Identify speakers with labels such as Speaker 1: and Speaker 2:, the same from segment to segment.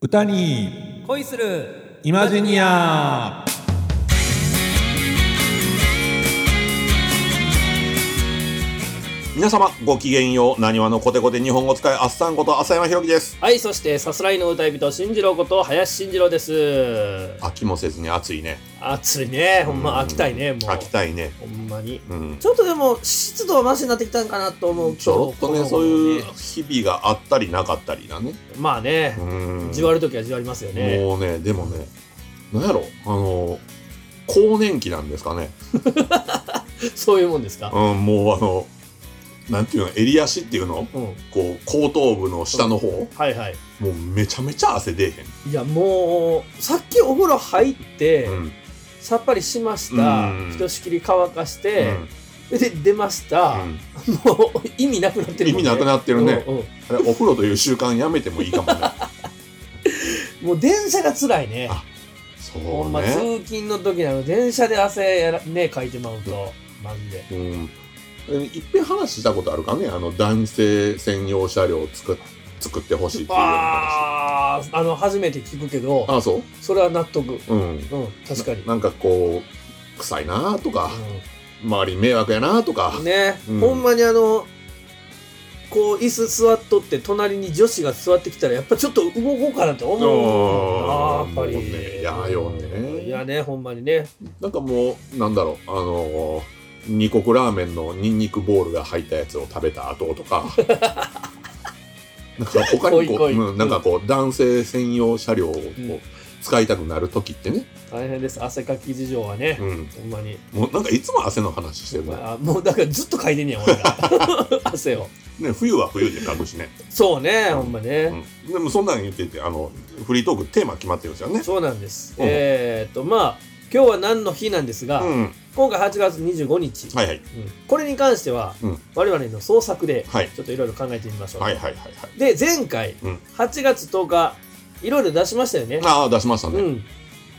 Speaker 1: 歌に
Speaker 2: 恋する
Speaker 1: イマジニア
Speaker 3: 皆様ごきげんようなにわのコテコテ日本語使いあっさんこと浅山ひろきです
Speaker 2: はいそしてさすらいの歌い人新次郎こと林新次郎です
Speaker 3: 飽きもせずに暑いね
Speaker 2: 暑いねほんま飽きたいねもう
Speaker 3: 飽きたいね
Speaker 2: ほんまに
Speaker 3: うん
Speaker 4: ちょっとでも湿度はマシになってきたんかなと思う今日
Speaker 3: ちょっと
Speaker 4: この
Speaker 3: ね
Speaker 4: 頃
Speaker 3: そういう日々があったりなかったりだね
Speaker 2: まあね
Speaker 3: うん
Speaker 2: じわるときはじわりますよね
Speaker 3: もうねでもねなんやろあの更年期なんですかね
Speaker 2: そういうもんですか
Speaker 3: うんもうあのなんていうの襟足っていうの
Speaker 2: うん
Speaker 3: こう後頭部の下の方も
Speaker 2: はいはいう
Speaker 3: めちゃめちゃ汗出え
Speaker 2: いやもうさっきお風呂入って、
Speaker 3: へんうん
Speaker 2: さっぱりしました、
Speaker 3: うん
Speaker 2: ひとしきり乾かし
Speaker 3: う
Speaker 2: て、
Speaker 3: ん
Speaker 2: で出ました、
Speaker 3: うん
Speaker 2: もう意味なくなってる
Speaker 3: 意
Speaker 2: もん、
Speaker 3: 味なくなってるね
Speaker 2: うんうん
Speaker 3: あれお風呂という習慣やめてもいいかもね
Speaker 2: もう電車が辛いね
Speaker 3: あそう
Speaker 2: ほんま
Speaker 3: ね
Speaker 2: 通勤の時なの電車で汗やらねかいてまうとマジで
Speaker 3: うん、えいっぺん話したことあるかねあの男性専用車両を作っ作ってほしいっていうような話
Speaker 2: あーあの初めて聞くけど
Speaker 3: ああそ
Speaker 2: それは納得
Speaker 3: ううん
Speaker 2: うん確かに
Speaker 3: ななんかこう臭いなとか、周り迷惑やなとか
Speaker 2: うん、ね、
Speaker 3: うん
Speaker 2: ほんまにあのこう椅子座っとって隣に女子が座ってきたらやっぱちょっと動こうかなって思う
Speaker 3: おー
Speaker 2: あーやっぱり
Speaker 3: もうね嫌よね
Speaker 2: いやねほんまにね
Speaker 3: なんかもうなんだろうあの二国ラーメンのニンニクボールが入ったやつを食べた後 とかなんか他にこ
Speaker 2: 濃
Speaker 3: う
Speaker 2: い濃い
Speaker 3: うんなんかこう男性専用車両をこう
Speaker 2: うん
Speaker 3: 使いたくなる時ってね、
Speaker 2: 大変です汗かき事情はね、
Speaker 3: うん、
Speaker 2: ほんまに
Speaker 3: もうなんかいつも汗の話してるね,、
Speaker 2: あもうだからずっと嗅いでんねや俺 が汗を
Speaker 3: ね冬は冬で隠しね
Speaker 2: そうねほんまね、
Speaker 3: うんでもそんなん言っててあのフリートークテーマ決まってるんですよね。
Speaker 2: そうなんです、
Speaker 3: うん
Speaker 2: えーっとまあ今日は何の日なんですが、
Speaker 3: うん、
Speaker 2: 今回8月25日、
Speaker 3: はいはい
Speaker 2: うんこれに関しては、
Speaker 3: うん
Speaker 2: 我々の創作で
Speaker 3: はい
Speaker 2: ちょっといろいろ考えてみましょう、
Speaker 3: はいはいはいは
Speaker 2: で
Speaker 3: い。
Speaker 2: 前回、
Speaker 3: うん
Speaker 2: 8月10日いろいろ出しましたよね、
Speaker 3: ああ出しました
Speaker 2: う
Speaker 3: ね。
Speaker 2: ん、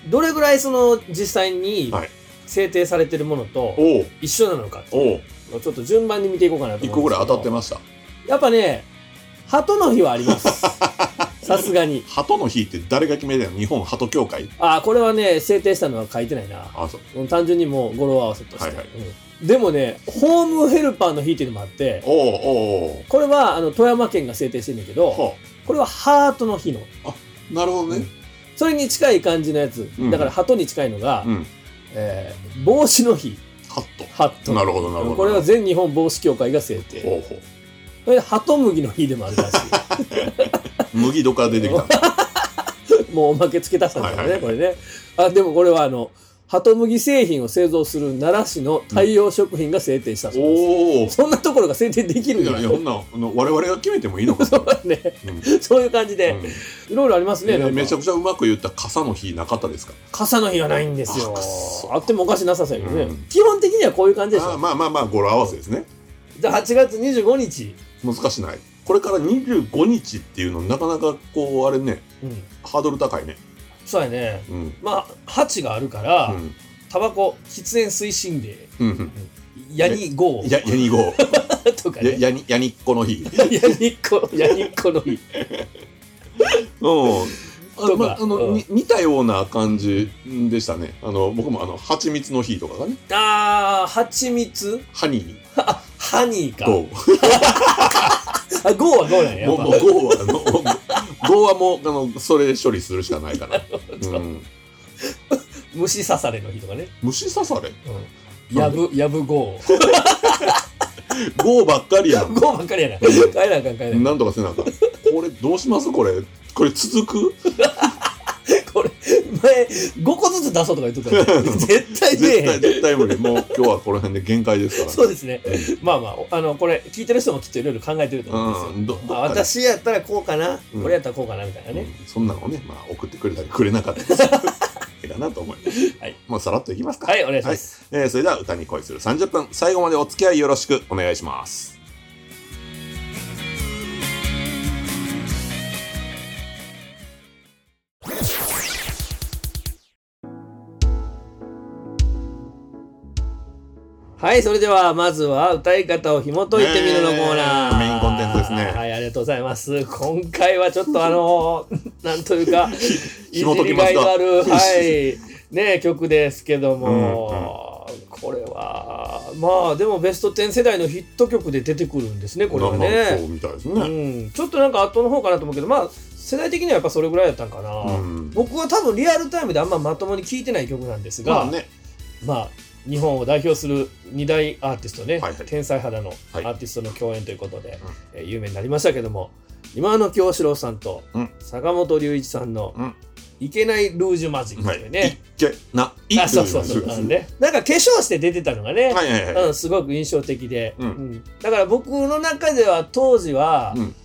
Speaker 2: どれぐらいその実際に
Speaker 3: はい
Speaker 2: 制定されてるものと
Speaker 3: おう
Speaker 2: 一緒なのか
Speaker 3: おう
Speaker 2: ちょっと順番に見ていこうかなと思うんですけ
Speaker 3: 一
Speaker 2: ど
Speaker 3: 個ぐらい当たってました。
Speaker 2: やっぱね鳩の日はあります さすがに
Speaker 3: 鳩の日って誰が決めたの？日本鳩協会。
Speaker 2: ああこれはね制定したのは書いてないな
Speaker 3: あそう。
Speaker 2: うん単純にもう語呂合わせとして、
Speaker 3: はいはい
Speaker 2: うんでもねホームヘルパーの日っていうのもあって
Speaker 3: おうおうおう。
Speaker 2: これはあの富山県が制定してるんだけど
Speaker 3: ほ
Speaker 2: これはハートの日の
Speaker 3: うなるほどね。
Speaker 2: それに近い感じのやつ、
Speaker 3: うん
Speaker 2: だから鳩に近いのが、
Speaker 3: うん。
Speaker 2: えー帽子の日
Speaker 3: ハッ
Speaker 2: ハッ
Speaker 3: ト。
Speaker 2: ト
Speaker 3: なるほどなるほど。
Speaker 2: これは全日本帽子協会が制定
Speaker 3: ほうほう。
Speaker 2: それで鳩麦の日でもあるらし
Speaker 3: 麦どか出てきた。
Speaker 2: いもうおまけつけたさんだよね、
Speaker 3: はいはい
Speaker 2: これねあでもこれはあの鳩麦製品を製造する奈良市の大洋食品が制定した そうです、
Speaker 3: おお。
Speaker 2: そんなところが制定できるん
Speaker 3: い
Speaker 2: だ
Speaker 3: やいやそんなあの我々が決めてもいいのか な。
Speaker 2: ね
Speaker 3: うんうん
Speaker 2: そういう感じで、いろいろありますね。
Speaker 3: ね
Speaker 2: なんか
Speaker 3: めちゃくちゃうまく言った傘の日なかったですか。
Speaker 2: 傘の日はないんですよ
Speaker 3: あくっ。そ
Speaker 2: あってもおかしなさそうやけどね、
Speaker 3: うん
Speaker 2: 基本的にはこういう感じでし
Speaker 3: あー
Speaker 2: ょ。
Speaker 3: まあまあまあ語呂合わせですね。
Speaker 2: じゃあ8月25日、
Speaker 3: 難しないこれから25日っていうのなかなかこうあれね
Speaker 2: うん、
Speaker 3: ハードル高いね
Speaker 2: そうやね。
Speaker 3: うん
Speaker 2: まあ8があるから、
Speaker 3: うん
Speaker 2: タバコ喫煙推進デ
Speaker 3: うん
Speaker 2: ー、ヤニ号
Speaker 3: やや にご
Speaker 2: とか
Speaker 3: や
Speaker 2: ね。
Speaker 3: やにやにっこの 日
Speaker 2: ヤニっこヤニっこの日。
Speaker 3: うんあ
Speaker 2: とか
Speaker 3: まああの、
Speaker 2: うん
Speaker 3: に似たような感じでしたねあの僕もあの蜂蜜の日とかがね
Speaker 2: ああ蜂蜜、
Speaker 3: ハニー
Speaker 2: あハニーか。
Speaker 3: ゴ
Speaker 2: あゴーはゴーなんや
Speaker 3: ー
Speaker 2: や
Speaker 3: も
Speaker 2: っ
Speaker 3: うもう
Speaker 2: ぱ。
Speaker 3: ゴーはあのゴーはもうあのそれ処理するしかない から、うん、
Speaker 2: 虫刺されの日とかね。
Speaker 3: 虫刺され
Speaker 2: うん、やぶやぶゴー。
Speaker 3: ゴーばっ かりやん
Speaker 2: ゴーばっかりやな。帰らなあかん帰らなあかん。
Speaker 3: なんとかせなあかんこれどうしますこれこれ続く
Speaker 2: これ、前、5個ずつ出そうとか言っとったよね絶対出えへ
Speaker 3: 絶対
Speaker 2: ん。
Speaker 3: 絶対無理もう今日はこの辺で限界ですから
Speaker 2: そうですね。まあまあ、あの、これ、聞いてる人もきっといろいろ考えてると思うん
Speaker 3: うん、ど
Speaker 2: です
Speaker 3: ど
Speaker 2: よ。あ
Speaker 3: っかで
Speaker 2: 私やったらこうかな、
Speaker 3: うん
Speaker 2: これやったらこうかな、みたいな
Speaker 3: う
Speaker 2: ね。
Speaker 3: んそんなのね、まあ、送ってくれたりくれなかったりす るいいかなと思います。
Speaker 2: はい、
Speaker 3: もうさらっといきますか。
Speaker 2: はい、お願いします。
Speaker 3: えーそれでは歌に恋する30分、最後までお付き合いよろしくお願いします。
Speaker 2: はい、それでは、まずは、歌い方を紐解いてみるのコーナー。
Speaker 3: ね新コンテンツですね
Speaker 2: はい、ありがとうございます。今回はちょっとあの、 なんというか、い
Speaker 3: 紐
Speaker 2: じ
Speaker 3: 解き
Speaker 2: り
Speaker 3: ま
Speaker 2: が
Speaker 3: す
Speaker 2: い
Speaker 3: か
Speaker 2: のある、はい、ね、 曲ですけども、これは、まあでもベスト10世代のヒット曲で出てくるんですね、これは
Speaker 3: なんかそう
Speaker 2: ね。
Speaker 3: みたいです
Speaker 2: う
Speaker 3: ね。
Speaker 2: ん、ちょっとなんか後の方かなと思うけど、まあ、世代的にはやっぱそれぐらいだったんかな。
Speaker 3: うん。
Speaker 2: 僕は多分リアルタイムであんままともに聴いてない曲なんです
Speaker 3: ま
Speaker 2: が、
Speaker 3: あね、
Speaker 2: まあ、日本を代表する2大アーティストね、
Speaker 3: はいはい
Speaker 2: 天才肌のア
Speaker 3: はい
Speaker 2: ーティストの共演ということで、えー有名になりましたけども今野京志郎さんと
Speaker 3: うん
Speaker 2: 坂本龍一さんの
Speaker 3: うん
Speaker 2: 「いけないルージュマジック」
Speaker 3: は
Speaker 2: と
Speaker 3: い。
Speaker 2: いう
Speaker 3: い
Speaker 2: ね、
Speaker 3: けな、い
Speaker 2: あそうそうそう
Speaker 3: とい
Speaker 2: なん
Speaker 3: う
Speaker 2: でなんか化粧して出てたのがね、
Speaker 3: はいはいはい。
Speaker 2: うん、すごく印象的で、
Speaker 3: うん
Speaker 2: うんだから僕の中では当時は、
Speaker 3: うん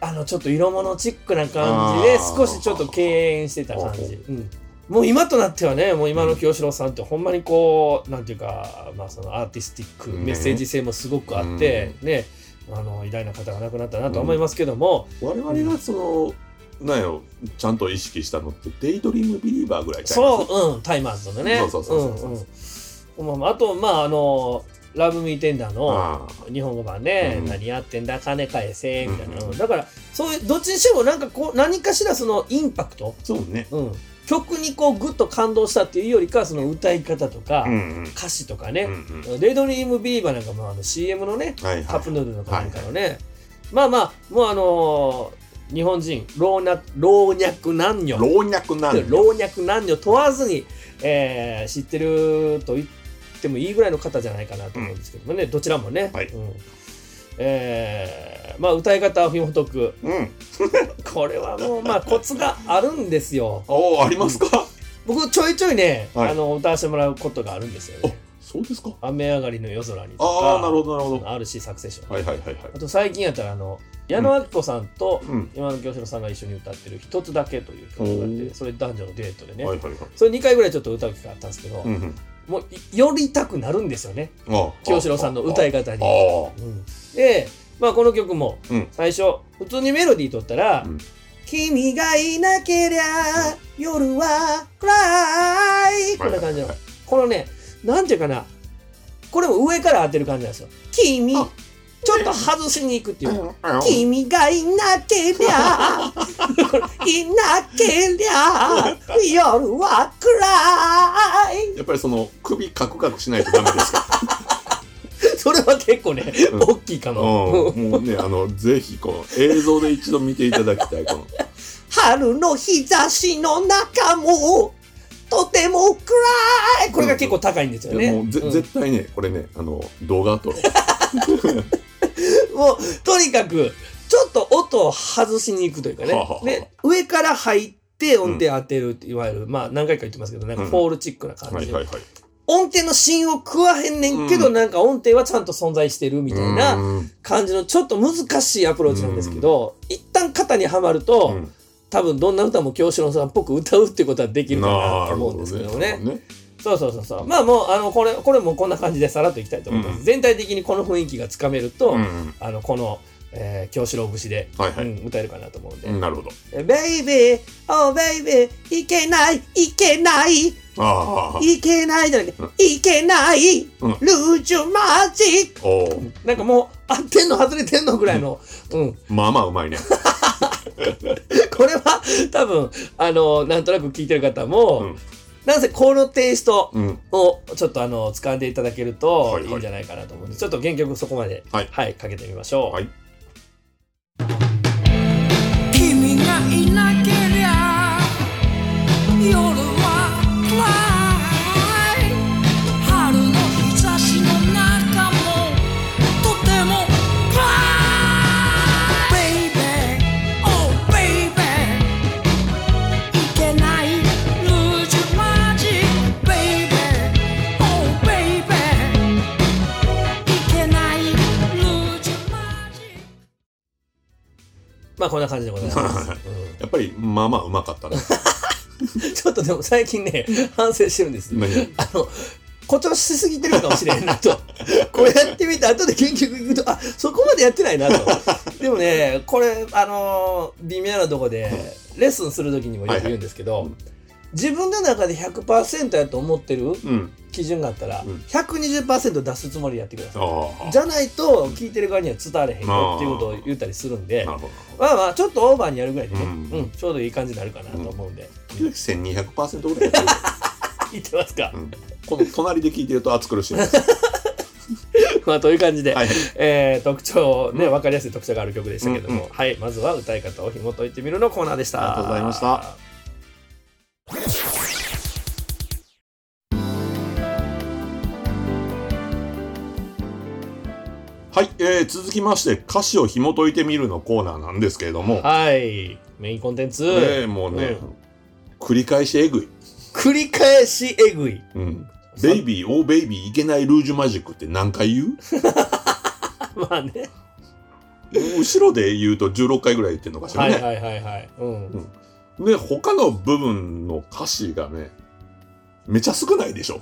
Speaker 2: あのちょっと色物チックな感じで
Speaker 3: あー
Speaker 2: 少しちょっと敬遠してた感
Speaker 3: ほうほ
Speaker 2: じ、うんもう今となってはねもう今の清志郎さんってほんまにこうなんていうか、まあ、そのアーティスティック
Speaker 3: ね
Speaker 2: メッセージ性もすごくあって、ねあの偉大な方が亡くなったなとは思いますけども、
Speaker 3: 我々がその、なんやろ、ちゃんと意識したのって、デイドリームビリーバーぐらいちゃいます
Speaker 2: そう、うん、タイマーズのね
Speaker 3: そうそうそうそう
Speaker 2: うんうんまああとまああのラブミーテンダーの、
Speaker 3: あ
Speaker 2: 日本語版ね、
Speaker 3: うん
Speaker 2: 何やってんだ金返せみたいな、
Speaker 3: うん
Speaker 2: だからそういうどっちにしてもなんかこう何かしらそのインパクト、
Speaker 3: あそうね。
Speaker 2: うん、曲にこうグッと感動したっていうよりかはその歌い方とか、
Speaker 3: うんうん。
Speaker 2: 歌詞とか
Speaker 3: うん
Speaker 2: ね
Speaker 3: うん
Speaker 2: 「レイドリームビーバー」なんかもあの CM のね
Speaker 3: はい
Speaker 2: カッ
Speaker 3: は
Speaker 2: プヌードルのかなんかのね、まあまあもうあのー日本人老若老若男
Speaker 3: い。
Speaker 2: 女
Speaker 3: 老若男女。
Speaker 2: 老若男女問わずに、えー知ってると言ってもいいぐらいの方じゃないかなと思うんですけどもね、どちらもね、
Speaker 3: はい
Speaker 2: うんえーまあ、歌い方はひもとく
Speaker 3: うん。
Speaker 2: これはもう まあコツがあるんですよ
Speaker 3: おーありますか
Speaker 2: 僕ちょいちょいね、
Speaker 3: はい
Speaker 2: あの歌わせてもらうことがあるんですよ
Speaker 3: お
Speaker 2: ね
Speaker 3: そうですか
Speaker 2: 「雨上がりの夜空に」と
Speaker 3: ああ、なる
Speaker 2: か
Speaker 3: ほど、なるほど。
Speaker 2: RC サクセッション、
Speaker 3: はいはいはいはい。
Speaker 2: あと最近やったらあの矢野明子さんと
Speaker 3: うん。
Speaker 2: 今野京志郎さんが一緒に歌ってる「一つだけ」という曲があってそれ男女のデートでね、
Speaker 3: はいはいはい。
Speaker 2: それ2回ぐらいちょっと歌う機会あったんですけど、
Speaker 3: うんうん。
Speaker 2: もうい寄りたくなるんですよね
Speaker 3: ああ
Speaker 2: 清志郎さんの歌い
Speaker 3: あ
Speaker 2: 方に。
Speaker 3: あ。
Speaker 2: うんで、まあ、この曲も
Speaker 3: うん
Speaker 2: 最初、普通にメロディー取ったら「
Speaker 3: うん
Speaker 2: 君がいなけりゃ夜は暗い」こんな感じの、
Speaker 3: はい
Speaker 2: このねなんていうかなこれも上から当てる感じなんですよ「君」ちょ
Speaker 3: あ
Speaker 2: っと外しに行くっていう。
Speaker 3: ああ
Speaker 2: 君がいなけり ゃこれいなけりゃ夜は暗い
Speaker 3: やっぱりその首カクカクしないとダメで すか。
Speaker 2: それは結構ね、
Speaker 3: うん
Speaker 2: 大きいか
Speaker 3: うん、
Speaker 2: も。
Speaker 3: もうね、あの、ぜひ、この映像で一度見ていただきたい、この。
Speaker 2: 春の日差しの中も、とても暗い。これが結構高いんですよ
Speaker 3: い
Speaker 2: ね。
Speaker 3: やもうぜ、
Speaker 2: うん
Speaker 3: 絶対ね、これね、あの、動画 と。
Speaker 2: もうとにかく、ちょっと音を外しに行くというかね。
Speaker 3: はあはあはあ
Speaker 2: で、上から入って音程当てるって、いわゆる、まあ何回か言ってますけど、なんか
Speaker 3: うん
Speaker 2: フォールチックな感
Speaker 3: は
Speaker 2: じ
Speaker 3: い
Speaker 2: で。
Speaker 3: はいはい。
Speaker 2: 音程の芯を食わへんねんけど、
Speaker 3: うん
Speaker 2: なんか音程はちゃんと存在してるみたいな
Speaker 3: うん
Speaker 2: 感じの、ちょっと難しいアプローチなんですけど、一旦肩にはまると、
Speaker 3: うん
Speaker 2: 多分どんな歌も京志郎さんっぽく歌うってことはできるかなと思うんですけど
Speaker 3: なる
Speaker 2: ね
Speaker 3: ほ。どね。
Speaker 2: そうそうそうそう。まあもうあのこれこれもこんな感じでさらっといきたいと思います。
Speaker 3: うん
Speaker 2: 全体的にこの雰囲気がつかめると、
Speaker 3: うんうん。
Speaker 2: あのこの、えー、京志郎節で、
Speaker 3: はいはい。
Speaker 2: うん、歌えるかなと思うんで。
Speaker 3: うんなるほど。
Speaker 2: ベイビー、おベイビー、いけない、いけない、
Speaker 3: ああ。
Speaker 2: いけないじゃなく
Speaker 3: うん
Speaker 2: て、いけない、ル
Speaker 3: うん
Speaker 2: ージュマジック。
Speaker 3: おお。
Speaker 2: なんかもう合ってんの外れてんのぐらいの、うん、
Speaker 3: まあまあ、うまい ね。
Speaker 2: これは多分あのなんとなく聞いてる方も、
Speaker 3: うん
Speaker 2: なんせこのテイスト
Speaker 3: うん。
Speaker 2: をちょっとあの掴んでいただけると
Speaker 3: はい
Speaker 2: い
Speaker 3: はい
Speaker 2: いんじゃないかなと思うんで、ちょっと原曲そこまで
Speaker 3: はい
Speaker 2: かけてみましょう、
Speaker 3: はい
Speaker 5: 君がいなけりゃ夜は暗い春の日差しの中もとても暗い Baby, oh baby いけないルージュマジック Baby, oh baby いけないルージュマジック
Speaker 2: まあこんな感じでござい ます、
Speaker 3: はい
Speaker 2: うん
Speaker 3: やっぱり、まあまあ、うまかったね。
Speaker 2: ちょっとでも最近ね反省してるんです
Speaker 3: 何
Speaker 2: あの誇張しすぎてるかもしれんな とこれやってみて後で原曲聞くとあそこまでやってないな とでもねこれあの微妙なとこでレッスンする時にもよく言うんですけど、
Speaker 3: はいは
Speaker 2: 自分の中で100%やと思ってる
Speaker 3: うん。
Speaker 2: 基準があったら、
Speaker 3: うん
Speaker 2: 120%出すつもりでやってくださ
Speaker 3: あ
Speaker 2: い。
Speaker 3: あ
Speaker 2: じゃないと、聞いてる側には伝われへんよっていうことを言ったりするんで
Speaker 3: な、るほど
Speaker 2: まあまあ、ちょっとオーバーにやるぐらいでね、
Speaker 3: う
Speaker 2: うんん、ちょうどいい感じになるかなと思うんで。
Speaker 3: 時々1200%ぐらいやってる
Speaker 2: 言ってますか
Speaker 3: う。んこの隣で聞いてると暑苦しいです
Speaker 2: まあ、という感じで、
Speaker 3: はい
Speaker 2: えー特徴、ね、わかりやすい特徴がある曲でしたけど
Speaker 3: うん
Speaker 2: も、はい、まずは歌い方を紐解いてみるのコーナーでした。
Speaker 3: ありがとうございました。はい、えー続きまして歌詞を紐解いてみるのコーナーなんですけれども、
Speaker 2: はい、メインコンテンツ、
Speaker 3: ねえもうね、
Speaker 2: う
Speaker 3: 繰り返しえぐい、
Speaker 2: 繰り返しえぐい。
Speaker 3: うん、ベイビー、オーベイビーいけないルージュマジックって何回言う
Speaker 2: まあ ね。
Speaker 3: 後ろで言うと16回ぐらい言ってるのかしら
Speaker 2: は
Speaker 3: ね、
Speaker 2: いはいはいはい。うん。
Speaker 3: で他の部分の歌詞がねめちゃ少ないでしょ、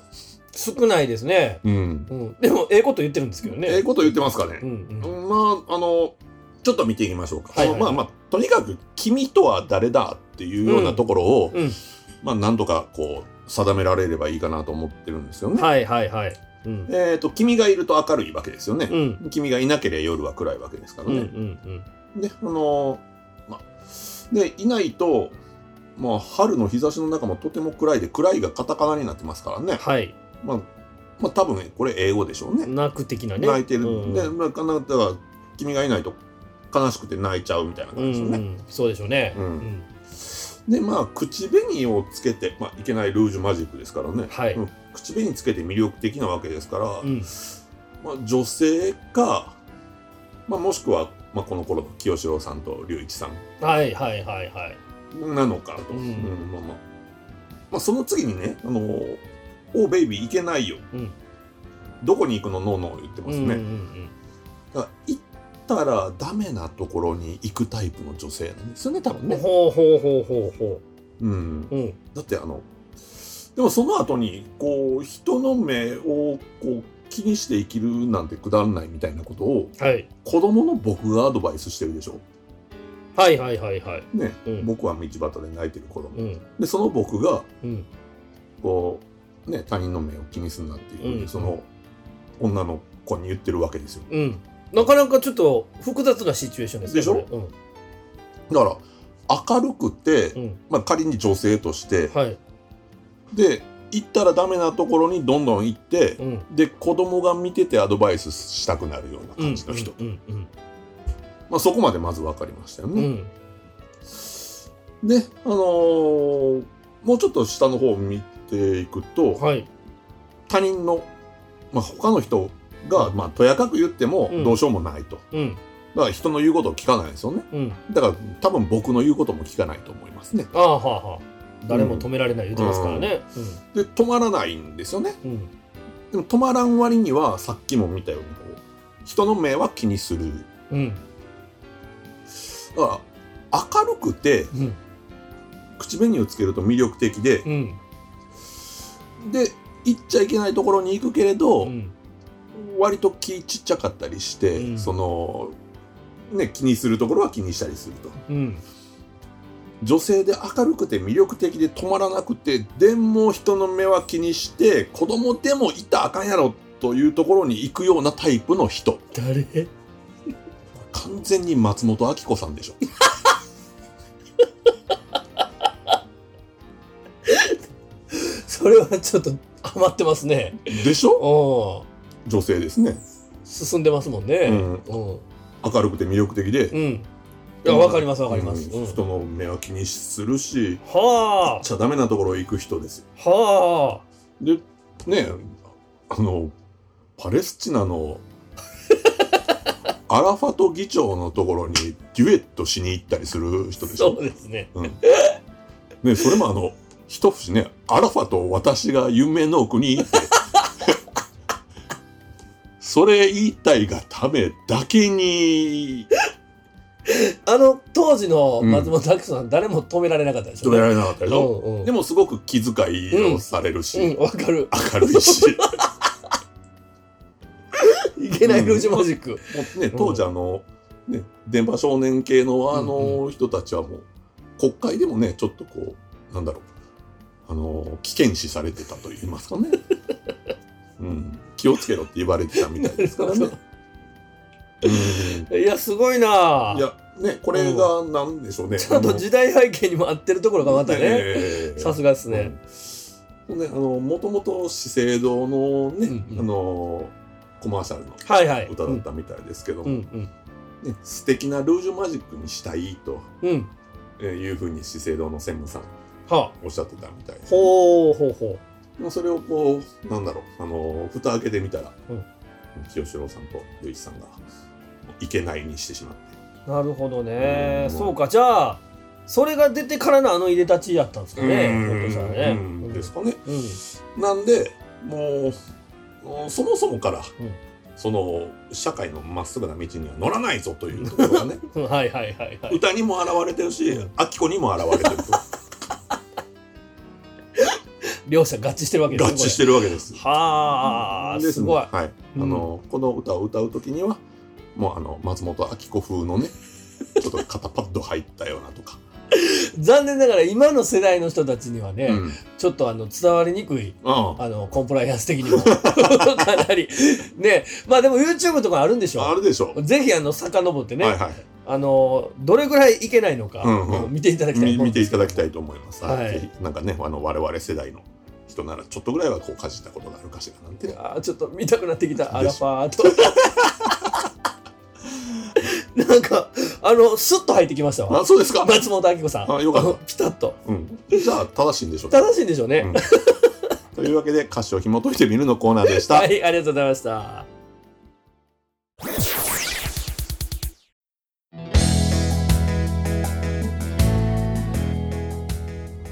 Speaker 2: 少ないですね。
Speaker 3: うん、
Speaker 2: うん。でも、ええこと言ってるんですけどね。
Speaker 3: ええこと言ってますかね、
Speaker 2: うんうん。
Speaker 3: まあ、あの、ちょっと見ていきましょうか。
Speaker 2: はいはい
Speaker 3: まあまあ、とにかく、君とは誰だっていうようなところを、
Speaker 2: うんうん
Speaker 3: まあ、なんとかこう、定められればいいかなと思ってるんですよね。
Speaker 2: はいはいはい。うん。
Speaker 3: えっ、と、君がいると明るいわけですよね。
Speaker 2: うん。
Speaker 3: 君がいなければ夜は暗いわけですから
Speaker 2: うんう
Speaker 3: ね。
Speaker 2: ん
Speaker 3: で、あの、まあ、で、いないと、まあ、春の日差しの中もとても暗いで、暗いがカタカナになってますからね。
Speaker 2: はい。
Speaker 3: まあ、まあ、多分、これ英語でしょうね。
Speaker 2: 泣く的なね。
Speaker 3: 泣いてる、
Speaker 2: うん
Speaker 3: で、まあ、かなだから君がいないと悲しくて泣いちゃうみたいな
Speaker 2: う
Speaker 3: 感じですよ
Speaker 2: んう
Speaker 3: ね、
Speaker 2: ん。そうでしょうね。
Speaker 3: う
Speaker 2: うんん。
Speaker 3: でまあ口紅をつけて、まあ、いけないルージュマジックですからね、
Speaker 2: はい
Speaker 3: うん口紅つけて魅力的なわけですから、
Speaker 2: うん。
Speaker 3: まあ、女性か、まあ、もしくは、まあ、この頃の清志郎さんと隆一さん
Speaker 2: はいはいはいはい。
Speaker 3: なのかと、
Speaker 2: うん
Speaker 3: うんまあまあまあその次にね「あのーおうベイビーいけないよ」
Speaker 2: うん
Speaker 3: どこに行くの?」のーのー言ってますね、
Speaker 2: うんうんうん
Speaker 3: だから行ったらダメなところに行くタイプの女性なんですよね多分ね、
Speaker 2: ほうほうほうほうほ
Speaker 3: うん、
Speaker 2: う。うん。
Speaker 3: だってあのでもその後にこう人の目をこう気にして生きるなんてくだらないみたいなことを
Speaker 2: はい。
Speaker 3: 子供の僕がアドバイスしてるでしょ
Speaker 2: はいはいはいはい。
Speaker 3: ね、
Speaker 2: うん
Speaker 3: 僕は道端で泣いてる子供、
Speaker 2: うん。
Speaker 3: でその僕が
Speaker 2: うん。
Speaker 3: こうね他人の目を気にすんなっていうふうに、
Speaker 2: うん
Speaker 3: その女の子に言ってるわけですよ
Speaker 2: うん。なかなかちょっと複雑なシチュエーションですね
Speaker 3: でしょ
Speaker 2: これ
Speaker 3: だから明るくて、
Speaker 2: うん。うん。
Speaker 3: まあ、仮に女性として、
Speaker 2: はい。
Speaker 3: で行ったらダメなところにどんどん行って
Speaker 2: う、ん。
Speaker 3: で子供が見ててアドバイスしたくなるような
Speaker 2: うん
Speaker 3: 感じの人、
Speaker 2: うんうん
Speaker 3: まあ、そこまでまず分かりましたよ
Speaker 2: うんう
Speaker 3: ね。
Speaker 2: ん。
Speaker 3: であのーもうちょっと下の方を見ていくと、
Speaker 2: はい。
Speaker 3: 他人の、まあ、他の人が、まあ、とやかく言っても
Speaker 2: うん
Speaker 3: どうしようもないと、
Speaker 2: うん。
Speaker 3: だから人の言うことを聞かないですよね
Speaker 2: うん。
Speaker 3: だから多分僕の言うことも聞かないと思いますね
Speaker 2: ああはあはあ。誰も止められない言うてますからね。
Speaker 3: で止まらないんですよね
Speaker 2: うん。うん。
Speaker 3: でも止まらん割にはさっきも見たようにこう人の目は気にする
Speaker 2: うん。
Speaker 3: だから明るくて
Speaker 2: うん。
Speaker 3: 口紅をつけると魅力的で、
Speaker 2: うん。
Speaker 3: で行っちゃいけないところに行くけれど、
Speaker 2: うん。
Speaker 3: 割と気ちっちゃかったりして、
Speaker 2: うん
Speaker 3: そのね気にするところは気にしたりすると
Speaker 2: うん。
Speaker 3: 女性で明るくて魅力的で止まらなくてでも人の目は気にして子供でもいたらあかんやろというところに行くようなタイプの人
Speaker 2: 誰
Speaker 3: 完全に松本明子さんでしょ
Speaker 2: それはちょっと余ってますね。
Speaker 3: でしょ
Speaker 2: おお。
Speaker 3: 女性ですね、
Speaker 2: 進んでますもん
Speaker 3: う
Speaker 2: ね。
Speaker 3: ん、
Speaker 2: うん。
Speaker 3: 明るくて魅力的で
Speaker 2: うん。いや、わかりますわかります。
Speaker 3: う
Speaker 2: うんん
Speaker 3: 人の目は気にするし
Speaker 2: は
Speaker 3: ちゃダメなところへ行く人ですよ
Speaker 2: あ。はあ。
Speaker 3: でねあのパレスチナ のアラファト議長のところにデュエットしに行ったりする人でし
Speaker 2: そ
Speaker 3: ょ
Speaker 2: うですね。
Speaker 3: ね、それもあの一節ねアラファと私が夢の国って それ言いたいがためだけに
Speaker 2: あの当時の松本拓さん、誰も止められなかったでしょ
Speaker 3: 止められなかったでしょ、
Speaker 2: うんうん
Speaker 3: でもすごく気遣いをされるし、
Speaker 2: うん、わかる。
Speaker 3: 明るいし も
Speaker 2: いけないルージュマジック。
Speaker 3: うね、当時あの、ね、電波少年系のあの人たちはもう国会でもね ちょっとこうなんだろうあの危険視されてたと言いますかねうん、気をつけろって言われてたみたいですからね。うん
Speaker 2: いや、すごいない
Speaker 3: や、ね、これがなんでしょうね。
Speaker 2: ちゃんと時代背景にも合ってるところがまたね、
Speaker 3: ええ
Speaker 2: さすがですね。
Speaker 3: うんねあのもともと資生堂のね、
Speaker 2: うんうん
Speaker 3: あのコマーシャルの
Speaker 2: はいはい。
Speaker 3: 歌だったみたいですけども、
Speaker 2: うんうん
Speaker 3: ね、素敵なルージュマジックにしたいと
Speaker 2: うん。うん。
Speaker 3: えーいうふうに資生堂の専務さん
Speaker 2: はあ。
Speaker 3: おっしゃってたみたいで
Speaker 2: ほうほうほ
Speaker 3: もそれをこうなんだろうあの蓋開けてみたら、
Speaker 2: うん
Speaker 3: 清志郎さんと龍一さんがいけないにしてしまって
Speaker 2: う。なるほどね。
Speaker 3: うん
Speaker 2: そうか、じゃあ、それが出てからのあの入れたちやったんですかね。
Speaker 3: うん
Speaker 2: ひょっとしたらね。
Speaker 3: うんですかね。
Speaker 2: うん。
Speaker 3: なんでもうもうそもそもから、
Speaker 2: うん
Speaker 3: その社会のまっすぐな道には乗らないぞというところがね
Speaker 2: うんはいはいはいはい。
Speaker 3: 歌にも現れてるしアキコにも現れ てると
Speaker 2: 両者合致してるわけ
Speaker 3: 合
Speaker 2: ですね。
Speaker 3: 致して
Speaker 2: る。
Speaker 3: るわけです。
Speaker 2: はあ、
Speaker 3: です
Speaker 2: ごい。
Speaker 3: ねはい。あ
Speaker 2: うん
Speaker 3: の、この歌を歌うときには、もうあの、松本明子 風のね、ちょっと肩パッド入ったようなとか。
Speaker 2: 残念ながら今の世代の人たちにはね、
Speaker 3: うん。
Speaker 2: ちょっとあの伝わりにくい
Speaker 3: あ
Speaker 2: あのコンプライアンス的にも かなりねまあでも YouTube とかあるんでし
Speaker 3: あ
Speaker 2: ょ
Speaker 3: れでしょ。
Speaker 2: ぜひあの遡ってね、
Speaker 3: はいはい。
Speaker 2: あのどれぐらいいけないのか、
Speaker 3: うんうん
Speaker 2: あの見ていただきたい
Speaker 3: み
Speaker 2: もん
Speaker 3: 見て
Speaker 2: で
Speaker 3: い
Speaker 2: すけ
Speaker 3: た
Speaker 2: ど
Speaker 3: だきたいと思います。
Speaker 2: はい
Speaker 3: ぜひなんかね、あの、我々世代の人ならちょっとぐらいはこうかじったことがあるかしらなんてね。
Speaker 2: あーちょっと見たくなってきたア
Speaker 3: で
Speaker 2: ラ
Speaker 3: し
Speaker 2: ファーと なんかあのスッと入ってきましたわ
Speaker 3: あ、そうですか。
Speaker 2: 松本明子さん
Speaker 3: あよかった
Speaker 2: のピタッと
Speaker 3: うん。じゃあ、正しいんでしょうね。
Speaker 2: 正しいんでしょうね、
Speaker 3: うんというわけで、歌詞を紐解いてみるのコーナーでした。
Speaker 2: はいありがとうございました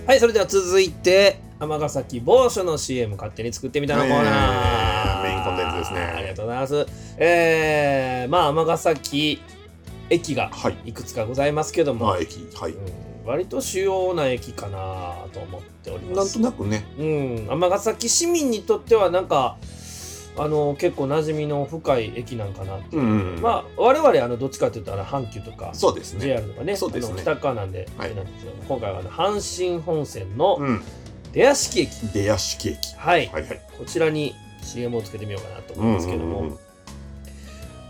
Speaker 2: はいそれでは続いて尼崎某所の CM 勝手に作ってみたのコーナー、
Speaker 3: えーメインコンテンツですね
Speaker 2: ありがとうございますえー、まあ尼崎駅が
Speaker 3: はい。
Speaker 2: いくつかございますけども、
Speaker 3: まあ、駅、はい。
Speaker 2: うん割と主要な駅かなと思っております
Speaker 3: なんとなくね、
Speaker 2: うん、尼崎市民にとってはなんかあの結構馴染みの深い駅なんかなって、
Speaker 3: うん。
Speaker 2: まあ我々あのどっちかというとあの阪急とか
Speaker 3: そうですね。
Speaker 2: JR とかね
Speaker 3: そうですね
Speaker 2: あの北側なんで、
Speaker 3: はい
Speaker 2: なんですけど今回はあの阪神本線の
Speaker 3: うん。
Speaker 2: 出屋敷駅、
Speaker 3: 出屋敷駅。
Speaker 2: はい、
Speaker 3: はいはい。
Speaker 2: こちらに CM をつけてみようかなと
Speaker 3: う
Speaker 2: 思うん
Speaker 3: ん
Speaker 2: ですけども、
Speaker 3: うんうん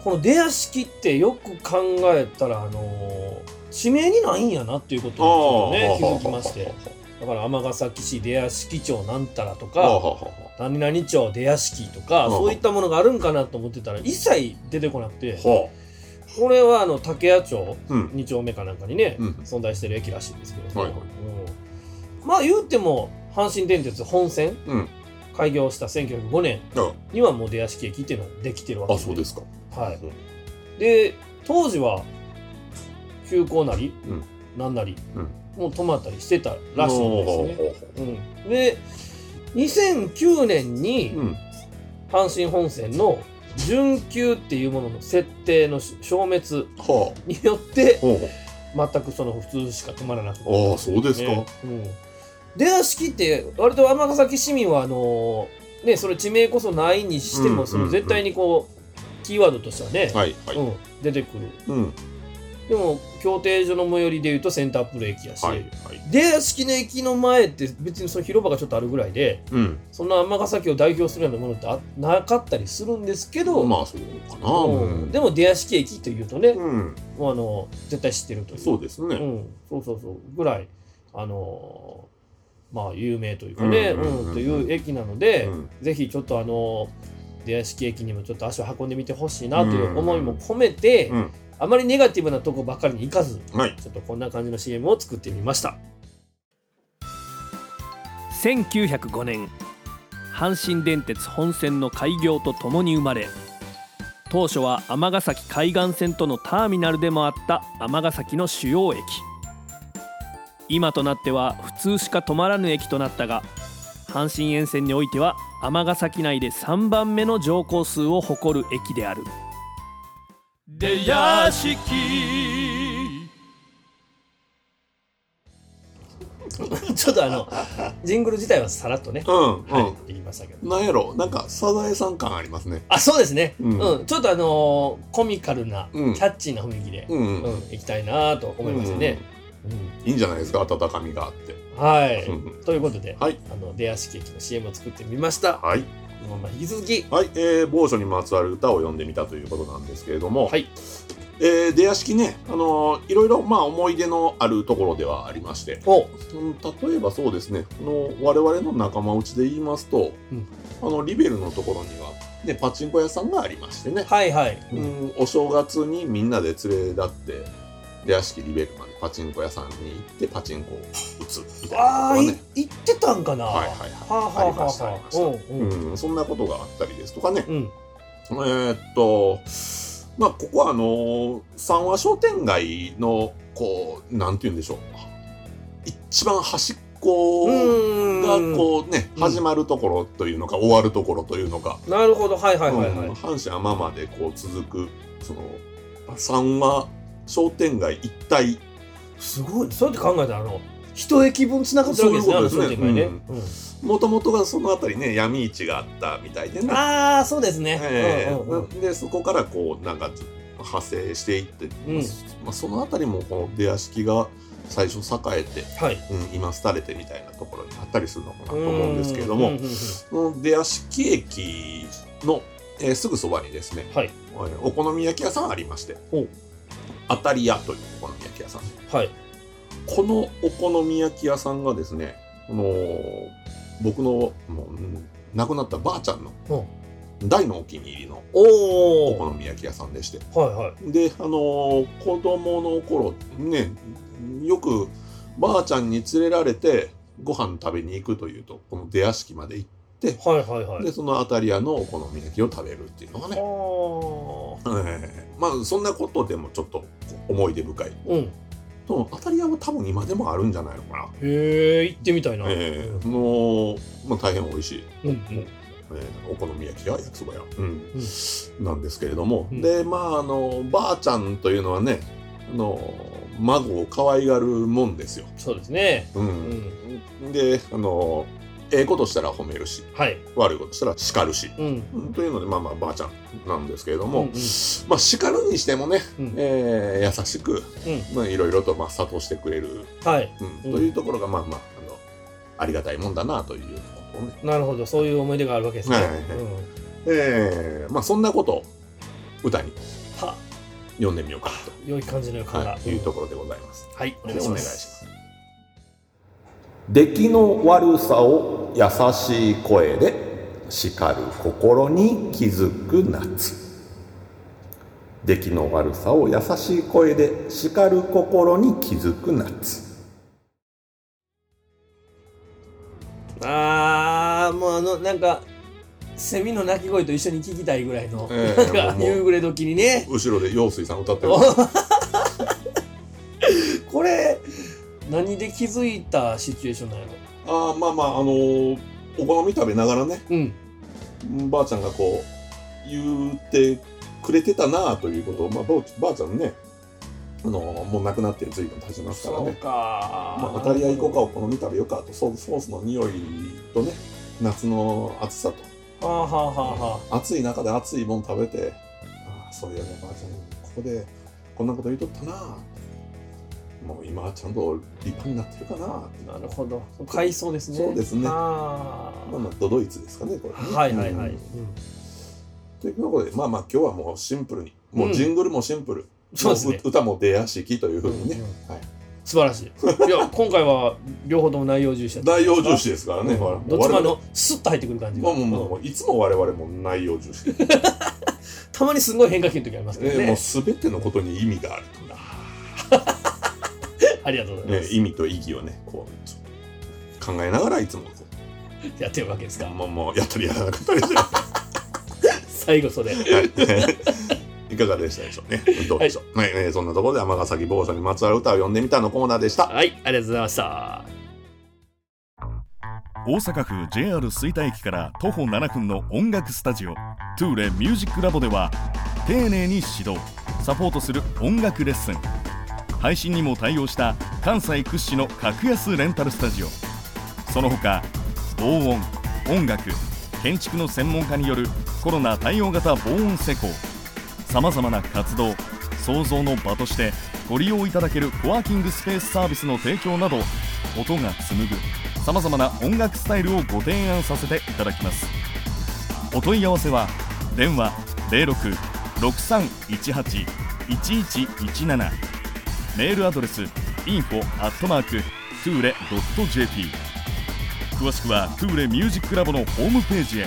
Speaker 2: この出屋敷ってよく考えたらあのー地名にないんやなっていうことにちょっとね気づきまして。だから尼崎市出屋敷町なんたらと
Speaker 3: はあ
Speaker 2: か
Speaker 3: はあはあ
Speaker 2: 何々町出屋敷とか、
Speaker 3: うん
Speaker 2: そういったものがあるんかなと思ってたら一切出てこなくて、
Speaker 3: は
Speaker 2: これはあの竹谷町
Speaker 3: あ。うん。
Speaker 2: 2丁目かなんかにね、
Speaker 3: うん
Speaker 2: 存在してる駅らしいんですけど、
Speaker 3: はいはい
Speaker 2: うんまあ言うても阪神電鉄本線、
Speaker 3: うん
Speaker 2: 開業した1905年
Speaker 3: あ
Speaker 2: にはもう出屋敷駅っていうのはできてるわけ
Speaker 3: あ、そうですか。
Speaker 2: はい
Speaker 3: うん
Speaker 2: で当時は急行なり、
Speaker 3: うん
Speaker 2: なんなり、
Speaker 3: うん
Speaker 2: もう止まったりしてたらしいんですね。
Speaker 3: ほうほう
Speaker 2: うん、で2009年に、
Speaker 3: ほううん。
Speaker 2: 阪神本線の準急っていうものの設定の消滅
Speaker 3: はあ。
Speaker 2: によって
Speaker 3: ほうほう
Speaker 2: 全くその普通しか止まらなくなった
Speaker 3: ああ、そうですか。
Speaker 2: ねうん、出屋敷って割と尼崎市民はあのーねそれ地名こそないにして
Speaker 3: うんうんう
Speaker 2: も
Speaker 3: ん
Speaker 2: その絶対にこうキーワードとしてはね、
Speaker 3: はいはい。
Speaker 2: うん、出てくる
Speaker 3: うん。
Speaker 2: でも競艇所の最寄りでいうとセンタープル駅やし、
Speaker 3: はいはい。
Speaker 2: 出屋敷の駅の前って別にその広場がちょっとあるぐらいで
Speaker 3: うん。
Speaker 2: そんな尼崎を代表するようなものってあなかったりするんですけど、
Speaker 3: まあ、そうかな。
Speaker 2: うんでも出屋敷駅というとね、
Speaker 3: うん。
Speaker 2: もうあの絶対知ってるという
Speaker 3: そうです
Speaker 2: う
Speaker 3: ね。
Speaker 2: ん、そうそうそうぐらいあのーまあ有名というかね、
Speaker 3: うんうんうんうん
Speaker 2: うんという駅なので、
Speaker 3: うん
Speaker 2: ぜひちょっとあの出屋敷駅にもちょっと足を運んでみてほしいなとい
Speaker 3: うん
Speaker 2: う思いも込めて、
Speaker 3: うん
Speaker 2: あまりネガティブなとこばかりに行かず
Speaker 3: はい。
Speaker 2: ちょっとこんな感じの CM を作ってみました
Speaker 6: 1905年阪神電鉄本線の開業とともに生まれ当初は尼崎海岸線とのターミナルでもあった尼崎の主要駅今となっては普通しか止まらぬ駅となったが阪神沿線においては尼崎内で3番目の乗降数を誇る駅である出屋敷
Speaker 2: ちょっとあのジングル自体はさらっとね、
Speaker 3: うん。
Speaker 2: はい
Speaker 3: うん。
Speaker 2: 言いましたけど
Speaker 3: なんやろ、なんか、サザエさん感ありますね。
Speaker 2: あそうですね、
Speaker 3: うん
Speaker 2: うん、ちょっとあのーコミカルな、
Speaker 3: うん
Speaker 2: キャッチーな雰囲気で、
Speaker 3: うん
Speaker 2: うん。行きたいなと思いましたね、うん
Speaker 3: うん。いいんじゃないですか、温かみがあって。
Speaker 2: はい、
Speaker 3: うん
Speaker 2: ということで、
Speaker 3: はい
Speaker 2: あの出屋敷駅の CM を作ってみました
Speaker 3: はい。
Speaker 2: まあまあ引き続き
Speaker 3: はい、えー、某所にまつわる歌を読んでみたということなんですけれども、
Speaker 2: はい
Speaker 3: えー出屋敷ね、あのーいろいろ、まあ、思い出のあるところではありまして、
Speaker 2: お
Speaker 3: うん例えばそうですね、この我々の仲間内で言いますと、
Speaker 2: うん
Speaker 3: あのリベルのところには、ね、パチンコ屋さんがありましてね、
Speaker 2: はいはい、
Speaker 3: うん、お正月にみんなで連れ立って、出屋敷リベルまでパチンコ屋さんに行って、パチンコを打つみたいな
Speaker 2: ああ
Speaker 3: ことが
Speaker 2: い
Speaker 3: ね、
Speaker 2: 行ってたんかな
Speaker 3: はいはい
Speaker 2: はあはあ
Speaker 3: はい、ありました、ありまし
Speaker 2: はあ
Speaker 3: た。
Speaker 2: うんうん
Speaker 3: うん、そんなことがあったりですとかね、
Speaker 2: うん
Speaker 3: えーっと、まあ、ここはあのー三和商店街の、こう、なんて言うんでしょう。一番端っこが、
Speaker 2: うん
Speaker 3: こうね、
Speaker 2: うん
Speaker 3: 始まるところというのか、終わるところというのか、
Speaker 2: なるほどはいはいはいはい、
Speaker 3: うん阪神天までこう続く、その、三和商店街一帯、
Speaker 2: すごいそうやって考えたらあの一駅分繋がってるわけですねあの
Speaker 3: そう
Speaker 2: 商
Speaker 3: いう
Speaker 2: 店
Speaker 3: ことです
Speaker 2: 街
Speaker 3: ね
Speaker 2: ね、
Speaker 3: う
Speaker 2: うん
Speaker 3: もともとがその辺りね、闇市があったみたいでね。
Speaker 2: ああそうですね、
Speaker 3: ええ
Speaker 2: うんうんうん
Speaker 3: でそこからこうなんか派生していって、
Speaker 2: うん
Speaker 3: まあ、その辺りもこの出屋敷が最初栄えて、
Speaker 2: はい
Speaker 3: うん、今廃れてみたいなところにあったりするのかなと思うんですけれども、
Speaker 2: うんうんうん
Speaker 3: その出屋敷駅の、えーすぐそばにですね、
Speaker 2: はい
Speaker 3: えーお好み焼き屋さんありまして
Speaker 2: お
Speaker 3: あたり屋というお好み焼き屋さん
Speaker 2: はい
Speaker 3: このお好み焼き屋さんがですねこの僕のもううん亡くなったばあちゃんの大のお気に入りの
Speaker 2: お
Speaker 3: お
Speaker 2: お
Speaker 3: 好み焼き屋さんでして
Speaker 2: はいはい
Speaker 3: であのー子供の頃ねよくばあちゃんに連れられてご飯食べに行くというとこの出屋敷まで行っ
Speaker 2: はいはいはい
Speaker 3: てそのアタリアのお好み焼きを食べるっていうのがね、
Speaker 2: あ
Speaker 3: えーまあそんなことでもちょっと思い出深い
Speaker 2: あうん
Speaker 3: そのアタリアは多分今でもあるんじゃないのかな、
Speaker 2: へえ行ってみたいな、
Speaker 3: えーもうまあ、大変美味しい
Speaker 2: うんうん
Speaker 3: えーお好み焼きや焼きそばや、うん
Speaker 2: う
Speaker 3: なんですけれども、
Speaker 2: うん
Speaker 3: でまああのばあちゃんというのはねあの孫を可愛がるもんですよ、
Speaker 2: そうですね
Speaker 3: うん
Speaker 2: うん
Speaker 3: であのええことしたら褒めるし
Speaker 2: はい
Speaker 3: 悪いことしたら叱るし、
Speaker 2: うん
Speaker 3: うんというのでまあまあばあちゃんなんですけれども、
Speaker 2: うんうん
Speaker 3: まあ叱るにしてもね、
Speaker 2: うん
Speaker 3: えー優しく、
Speaker 2: う
Speaker 3: まあ、いろいろとまあ諭してくれる、
Speaker 2: はい
Speaker 3: うん
Speaker 2: うん
Speaker 3: というところがまあまああのありがたいもんだなということをね
Speaker 2: なるほどそういう思い出があるわけですね、
Speaker 3: はいはいはい
Speaker 2: うん
Speaker 3: えーまあそんなことを歌に
Speaker 2: は
Speaker 3: 読んでみようかな
Speaker 2: 良い感じの予
Speaker 3: と、
Speaker 2: 感が、
Speaker 3: はい、いうところでございます。
Speaker 2: はいお
Speaker 3: お
Speaker 2: 願いします
Speaker 3: 出来の悪さを優しい声で叱る心に気づく夏出来の悪さを優しい声で叱る心に気づく夏
Speaker 2: あーもうあのなんかセミの鳴き声と一緒に聞きたいぐらいの、
Speaker 3: ええ
Speaker 2: なんか
Speaker 3: もう
Speaker 2: 夕暮れ時にね
Speaker 3: 後ろで陽水さん歌ってる
Speaker 2: おこれ何で気づいたシチュエーションなんやろ
Speaker 3: あーまあまああのーお好み食べながらね
Speaker 2: うん
Speaker 3: ばあちゃんがこう言ってくれてたなあということを、まあ、ばあばあちゃんねあのもう亡くなって随分経ちますから
Speaker 2: そう
Speaker 3: ね、
Speaker 2: か
Speaker 3: まあ、当たり合い行こうかお好み食べようかとソースソースの匂いとね夏の暑さと
Speaker 2: あーはあはあはあ
Speaker 3: 暑い中で暑いもん食べてああそういやねばあちゃんここでこんなこと言うとったなあもう今はちゃんと立派になってるかなあって
Speaker 2: なるほど。階層ですね。
Speaker 3: そうですね
Speaker 2: あ
Speaker 3: まあまあドドイツですかねこれ
Speaker 2: あ
Speaker 3: ね
Speaker 2: はいはいはい。う
Speaker 3: う
Speaker 2: ん
Speaker 3: んということで、まあまあ今日はもうシンプルに、もうジングルもシンプル、
Speaker 2: そうですね
Speaker 3: もう歌も出やしきというふうにね、はい、
Speaker 2: 素晴らしい。いや、今回は両方とも内容重視だった
Speaker 3: 内容重視ですからね、ほら
Speaker 2: どっちもあ
Speaker 3: 我々
Speaker 2: の、スッと入ってくる感じ
Speaker 3: ま
Speaker 2: が。
Speaker 3: あもうもうもういつも我々も内容重視で、
Speaker 2: たまにすごい変化球の時ありますけど
Speaker 3: えーも
Speaker 2: ね。
Speaker 3: う全てのことに意味がある
Speaker 2: ありがとうご
Speaker 3: と、
Speaker 2: ざい
Speaker 3: ね
Speaker 2: ま、す。
Speaker 3: 意味と意義をねこうちょっと考えながらいつもこう
Speaker 2: やってるわけですか。
Speaker 3: もうもうやったりやらなかったりして、
Speaker 2: 最後それ。
Speaker 3: はい、いかがでしたでしょうねどうでしょう、はいえーそんなところで尼崎某所にまつわる歌を読んでみたのコーナーでした
Speaker 2: はい、ありがとうございました。
Speaker 7: 大阪府 JR 吹田駅から徒歩7分の音楽スタジオトゥーレミュージックラボでは丁寧に指導サポートする音楽レッスン配信にも対応した関西屈指の格安レンタルスタジオその他防音音楽建築の専門家によるコロナ対応型防音施工さまざまな活動創造の場としてご利用いただけるコワーキングスペースサービスの提供など音が紡ぐさまざまな音楽スタイルをご提案させていただきますお問い合わせは電話0663181117メールアドレス info at mark tule.jp 詳しくはトゥーレミュージックラボのホームページへ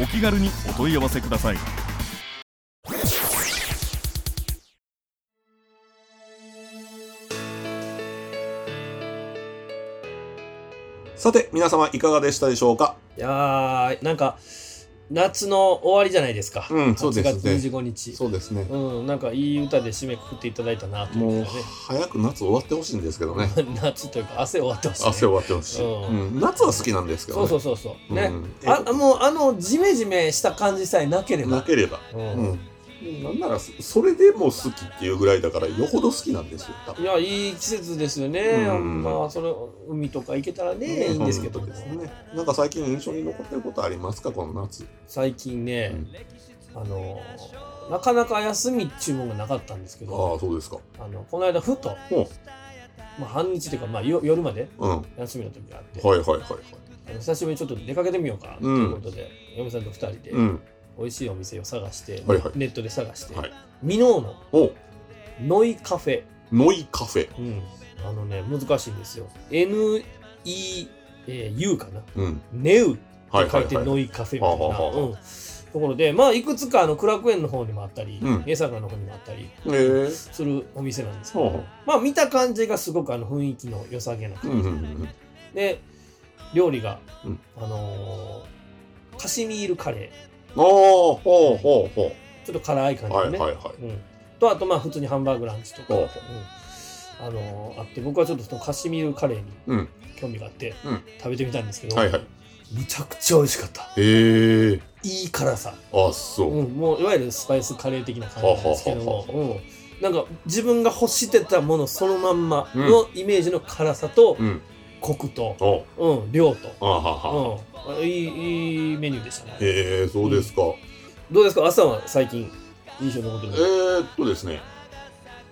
Speaker 7: お気軽にお問い合わせください
Speaker 3: さて皆様いかがでしたでしょうか
Speaker 2: いやーなんか夏の終わりじゃないですか、
Speaker 3: うんそうですね
Speaker 2: 8月25日
Speaker 3: そうですね
Speaker 2: うん、なんかいい歌で締めくくっていただいたなと
Speaker 3: も
Speaker 2: 思
Speaker 3: う
Speaker 2: ってね
Speaker 3: 早く夏終わってほしいんですけどね
Speaker 2: 夏というか汗終わってほしい、ね、
Speaker 3: 汗終わってほしい、
Speaker 2: うん
Speaker 3: うん夏は好きなんですけど
Speaker 2: そ
Speaker 3: ね
Speaker 2: うそうそうそうね、
Speaker 3: うん
Speaker 2: あもうあのジメジメした感じさえなければ
Speaker 3: なければ、
Speaker 2: うん
Speaker 3: うん、なんならそそれでも好きっていうぐらいだからよほど好きなんですよ多分
Speaker 2: いやいい季節ですよね、
Speaker 3: うん
Speaker 2: まあそれ海とか行けたらね、いいんですけど
Speaker 3: 本当ですねなんか最近印象に残ってることありますかこの夏
Speaker 2: 最近ね、あのなかなか休みっちゅうもんがなかったんですけ
Speaker 3: あ
Speaker 2: ど
Speaker 3: あそうですか
Speaker 2: あのこの間ふと、
Speaker 3: ほ
Speaker 2: まあ、半日というか、まあ、よ夜まで
Speaker 3: ううんはい
Speaker 2: 休みの時があって、
Speaker 3: はいはいはい
Speaker 2: あの久しぶりにちょっと出かけてみようかなということで、嫁さんと2人で
Speaker 3: うん
Speaker 2: 美味しいお店を探して、
Speaker 3: はいはい
Speaker 2: ネットで探して、
Speaker 3: はい
Speaker 2: ミノーの
Speaker 3: お
Speaker 2: ノイカフェ、
Speaker 3: ノイカフェ
Speaker 2: うんあのね難しいんですよ NEU かな
Speaker 3: うん
Speaker 2: ネウって
Speaker 3: はい
Speaker 2: 書
Speaker 3: はい
Speaker 2: いて
Speaker 3: はい
Speaker 2: ノイカフェみたい
Speaker 3: はあはあは
Speaker 2: な
Speaker 3: あ
Speaker 2: うんところでまあいくつかあの苦楽園の方にもあったり
Speaker 3: うん
Speaker 2: 江坂、の方にもあったり
Speaker 3: えー、
Speaker 2: するお店なんですけど、
Speaker 3: ほうほ
Speaker 2: まあ見た感じがすごくあの雰囲気の良さげな
Speaker 3: う
Speaker 2: 感
Speaker 3: うん
Speaker 2: じ、
Speaker 3: うんうん
Speaker 2: で料理が、
Speaker 3: うん
Speaker 2: あのーカシミールカレー
Speaker 3: ああほうほうほ
Speaker 2: ちょっと辛い感
Speaker 3: う
Speaker 2: じの
Speaker 3: はい
Speaker 2: ね、
Speaker 3: はいはい
Speaker 2: うん、とあとまあ普通にハンバーグランチとか、
Speaker 3: ほ
Speaker 2: う
Speaker 3: うん
Speaker 2: あのーあって僕はちょっとそのカシミールカレーに
Speaker 3: うん
Speaker 2: 興味があって、
Speaker 3: うん
Speaker 2: 食べてみたんですけど、
Speaker 3: はいはい
Speaker 2: むちゃくちゃ美味しかった
Speaker 3: へえ
Speaker 2: いい辛さ、
Speaker 3: あそう、
Speaker 2: うん、もういわゆるスパイスカレー的な感じなんですけど
Speaker 3: はは
Speaker 2: も
Speaker 3: は、
Speaker 2: うん、なんか自分が欲してたものそのまんまのイメージの辛さと、
Speaker 3: うん
Speaker 2: コクと、
Speaker 3: お
Speaker 2: うん、量
Speaker 3: あはは、
Speaker 2: と、うん、いいいいメニューでしたね
Speaker 3: へえそうですか、
Speaker 2: どうですか朝は最近印象に残ってる
Speaker 3: え
Speaker 2: の
Speaker 3: ー、っとですね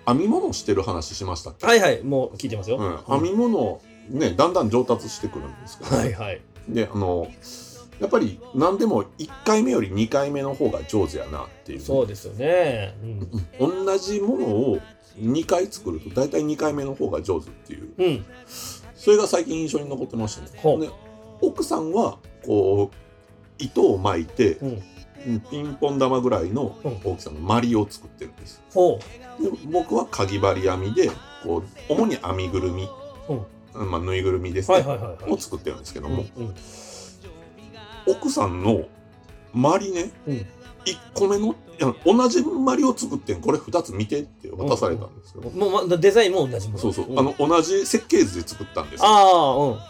Speaker 3: 編み物してる話しましたっけ、
Speaker 2: はいはいもう聞いてますよ、
Speaker 3: うん、編み物ねだんだん上達してくるんですけど、
Speaker 2: はいはい
Speaker 3: であのやっぱり何でも1回目より2回目の方が上手やなっていう
Speaker 2: そうですよね、うん、
Speaker 3: 同じものを2回作ると大体2回目の方が上手っていう
Speaker 2: うん、
Speaker 3: それが最近印象に残ってました
Speaker 2: ほ
Speaker 3: ね
Speaker 2: う
Speaker 3: で奥さんはこう糸を巻いて、
Speaker 2: うん
Speaker 3: ピンポン玉ぐらいの大きさのマリを作ってるんです
Speaker 2: ほ
Speaker 3: で僕はかぎ針編みでこう主に編みぐるみ、うんまあ、ぬいぐるみです
Speaker 2: う、
Speaker 3: ね、
Speaker 2: はいはいはいは
Speaker 3: を
Speaker 2: い。
Speaker 3: 作ってるんですけど
Speaker 2: うん
Speaker 3: も、
Speaker 2: うん、
Speaker 3: 奥さんのまりね、
Speaker 2: うん
Speaker 3: 一1個目のいや同じまりを作ってんこれ2つ見てって渡されたんですけど、
Speaker 2: もうまデザインも同じもの。
Speaker 3: そうそう、
Speaker 2: ん
Speaker 3: あの同じ設計図で作ったんですっ
Speaker 2: あ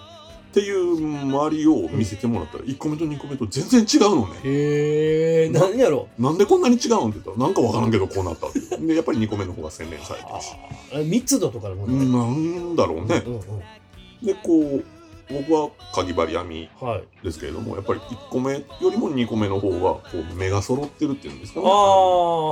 Speaker 3: ていうまりを見せてもらったら1個目と2個目と全然違う
Speaker 2: あ、う
Speaker 3: の
Speaker 2: ん。
Speaker 3: ね
Speaker 2: へえ、
Speaker 3: な
Speaker 2: 何やろ
Speaker 3: なんでこんなに違うんって言ったらなんかわからんけどこうなったっていうでやっぱり2個目の方が洗練されて
Speaker 2: あ
Speaker 3: るし
Speaker 2: ー密度とかのも
Speaker 3: う
Speaker 2: のね。
Speaker 3: んなんだろうね
Speaker 2: うんうん。
Speaker 3: でこう僕はかぎ針編み
Speaker 2: はい。
Speaker 3: ですけれどもやっぱり1個目よりも2個目の方がこう目が揃ってるっていうんですか
Speaker 2: あ
Speaker 3: ね
Speaker 2: あ、はあはあ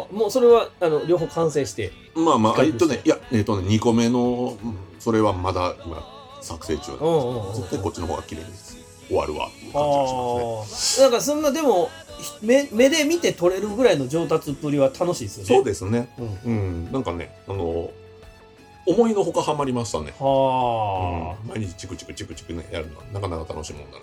Speaker 2: はあ。もうそれはあの両方完成して。
Speaker 3: まあまあ、え
Speaker 2: 比
Speaker 3: っ
Speaker 2: 較
Speaker 3: と
Speaker 2: して
Speaker 3: ね、いや、えっとね、2個目の、うんそれはまだ今、作成中
Speaker 2: う
Speaker 3: なん
Speaker 2: ん
Speaker 3: で
Speaker 2: うんうん。
Speaker 3: 絶対こっちの方が綺麗です。終わるわっていう
Speaker 2: あ
Speaker 3: 感じがしますね。
Speaker 2: あ、なんかそんなでも目目で見て取れるぐらいの上達っぷりは楽しいですよね。
Speaker 3: そう
Speaker 2: で
Speaker 3: ですね。
Speaker 2: うん
Speaker 3: うん、なんかね、あの、思いのほかハマりましたね。
Speaker 2: はあ、
Speaker 3: うん毎日チクチクチクチクね、やるのはなかなか楽しいもんだな。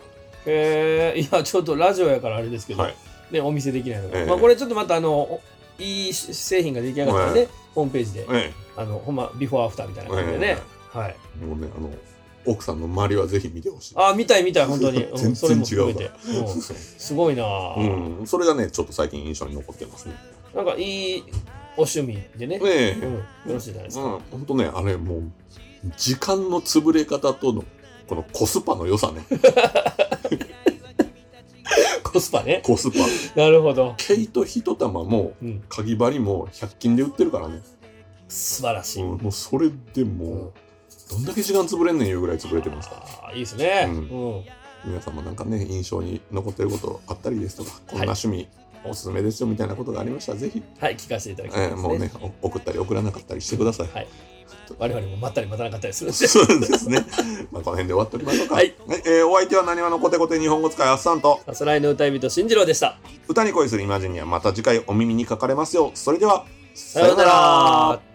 Speaker 2: へえ、いやちょっとラジオやからあれですけど、
Speaker 3: はい
Speaker 2: ね、お見せできないので、
Speaker 3: ええ
Speaker 2: まあ、これちょっとまたあのおいい製品が出来上がったらね、ホームページで、
Speaker 3: え
Speaker 2: あのほんまビフォーアフターみたいな感じでね、はい、
Speaker 3: え、もうね、あの、奥さんの周りはぜひ見てほしい。
Speaker 2: ああ見たい見たい本当に、う
Speaker 3: 全然
Speaker 2: ん、それも含め
Speaker 3: 違う
Speaker 2: て
Speaker 3: か、
Speaker 2: うんすごいなあ、
Speaker 3: うん、それがね、ちょっと最近印象に残ってますね。
Speaker 2: なんかいいお趣味でね、
Speaker 3: え
Speaker 2: うん、
Speaker 3: え、
Speaker 2: よろしいじゃないです
Speaker 3: う
Speaker 2: か、
Speaker 3: ん、本当ね、あれもう、時間の潰れ方との、このコスパの良さ ね。
Speaker 2: コスパね
Speaker 3: コスパ。
Speaker 2: なるほど、
Speaker 3: 毛糸一玉も、
Speaker 2: うん、
Speaker 3: かぎ針も100均で売ってるからね。
Speaker 2: 素晴らしい、
Speaker 3: うんもうそれで
Speaker 2: うん
Speaker 3: もう、どんだけ時間潰れんねんいうぐらい潰れてますから。
Speaker 2: ああいいですね、
Speaker 3: う
Speaker 2: うんん
Speaker 3: 皆さんもなんかね、印象に残ってることあったりですとか、こん
Speaker 2: はい
Speaker 3: な趣味おすすめですよみたいなことがありましたらぜひ、
Speaker 2: はい、聞かせていただきたい
Speaker 3: え
Speaker 2: で
Speaker 3: ー
Speaker 2: す
Speaker 3: もうね
Speaker 2: ね。
Speaker 3: お送ったり送らなかったりしてください、
Speaker 2: はい我々も待ったり待たなかったりするん で。
Speaker 3: そうですねまあこの辺で終わっておりましょうか、
Speaker 2: はい
Speaker 3: えーお相手はなにわのコテコテ日本語使いあっさんと
Speaker 2: さすらいの歌い人、新次郎でした。
Speaker 3: 歌に恋するイマジンにはまた次回お耳にかかれますようそれでは
Speaker 2: さようなら。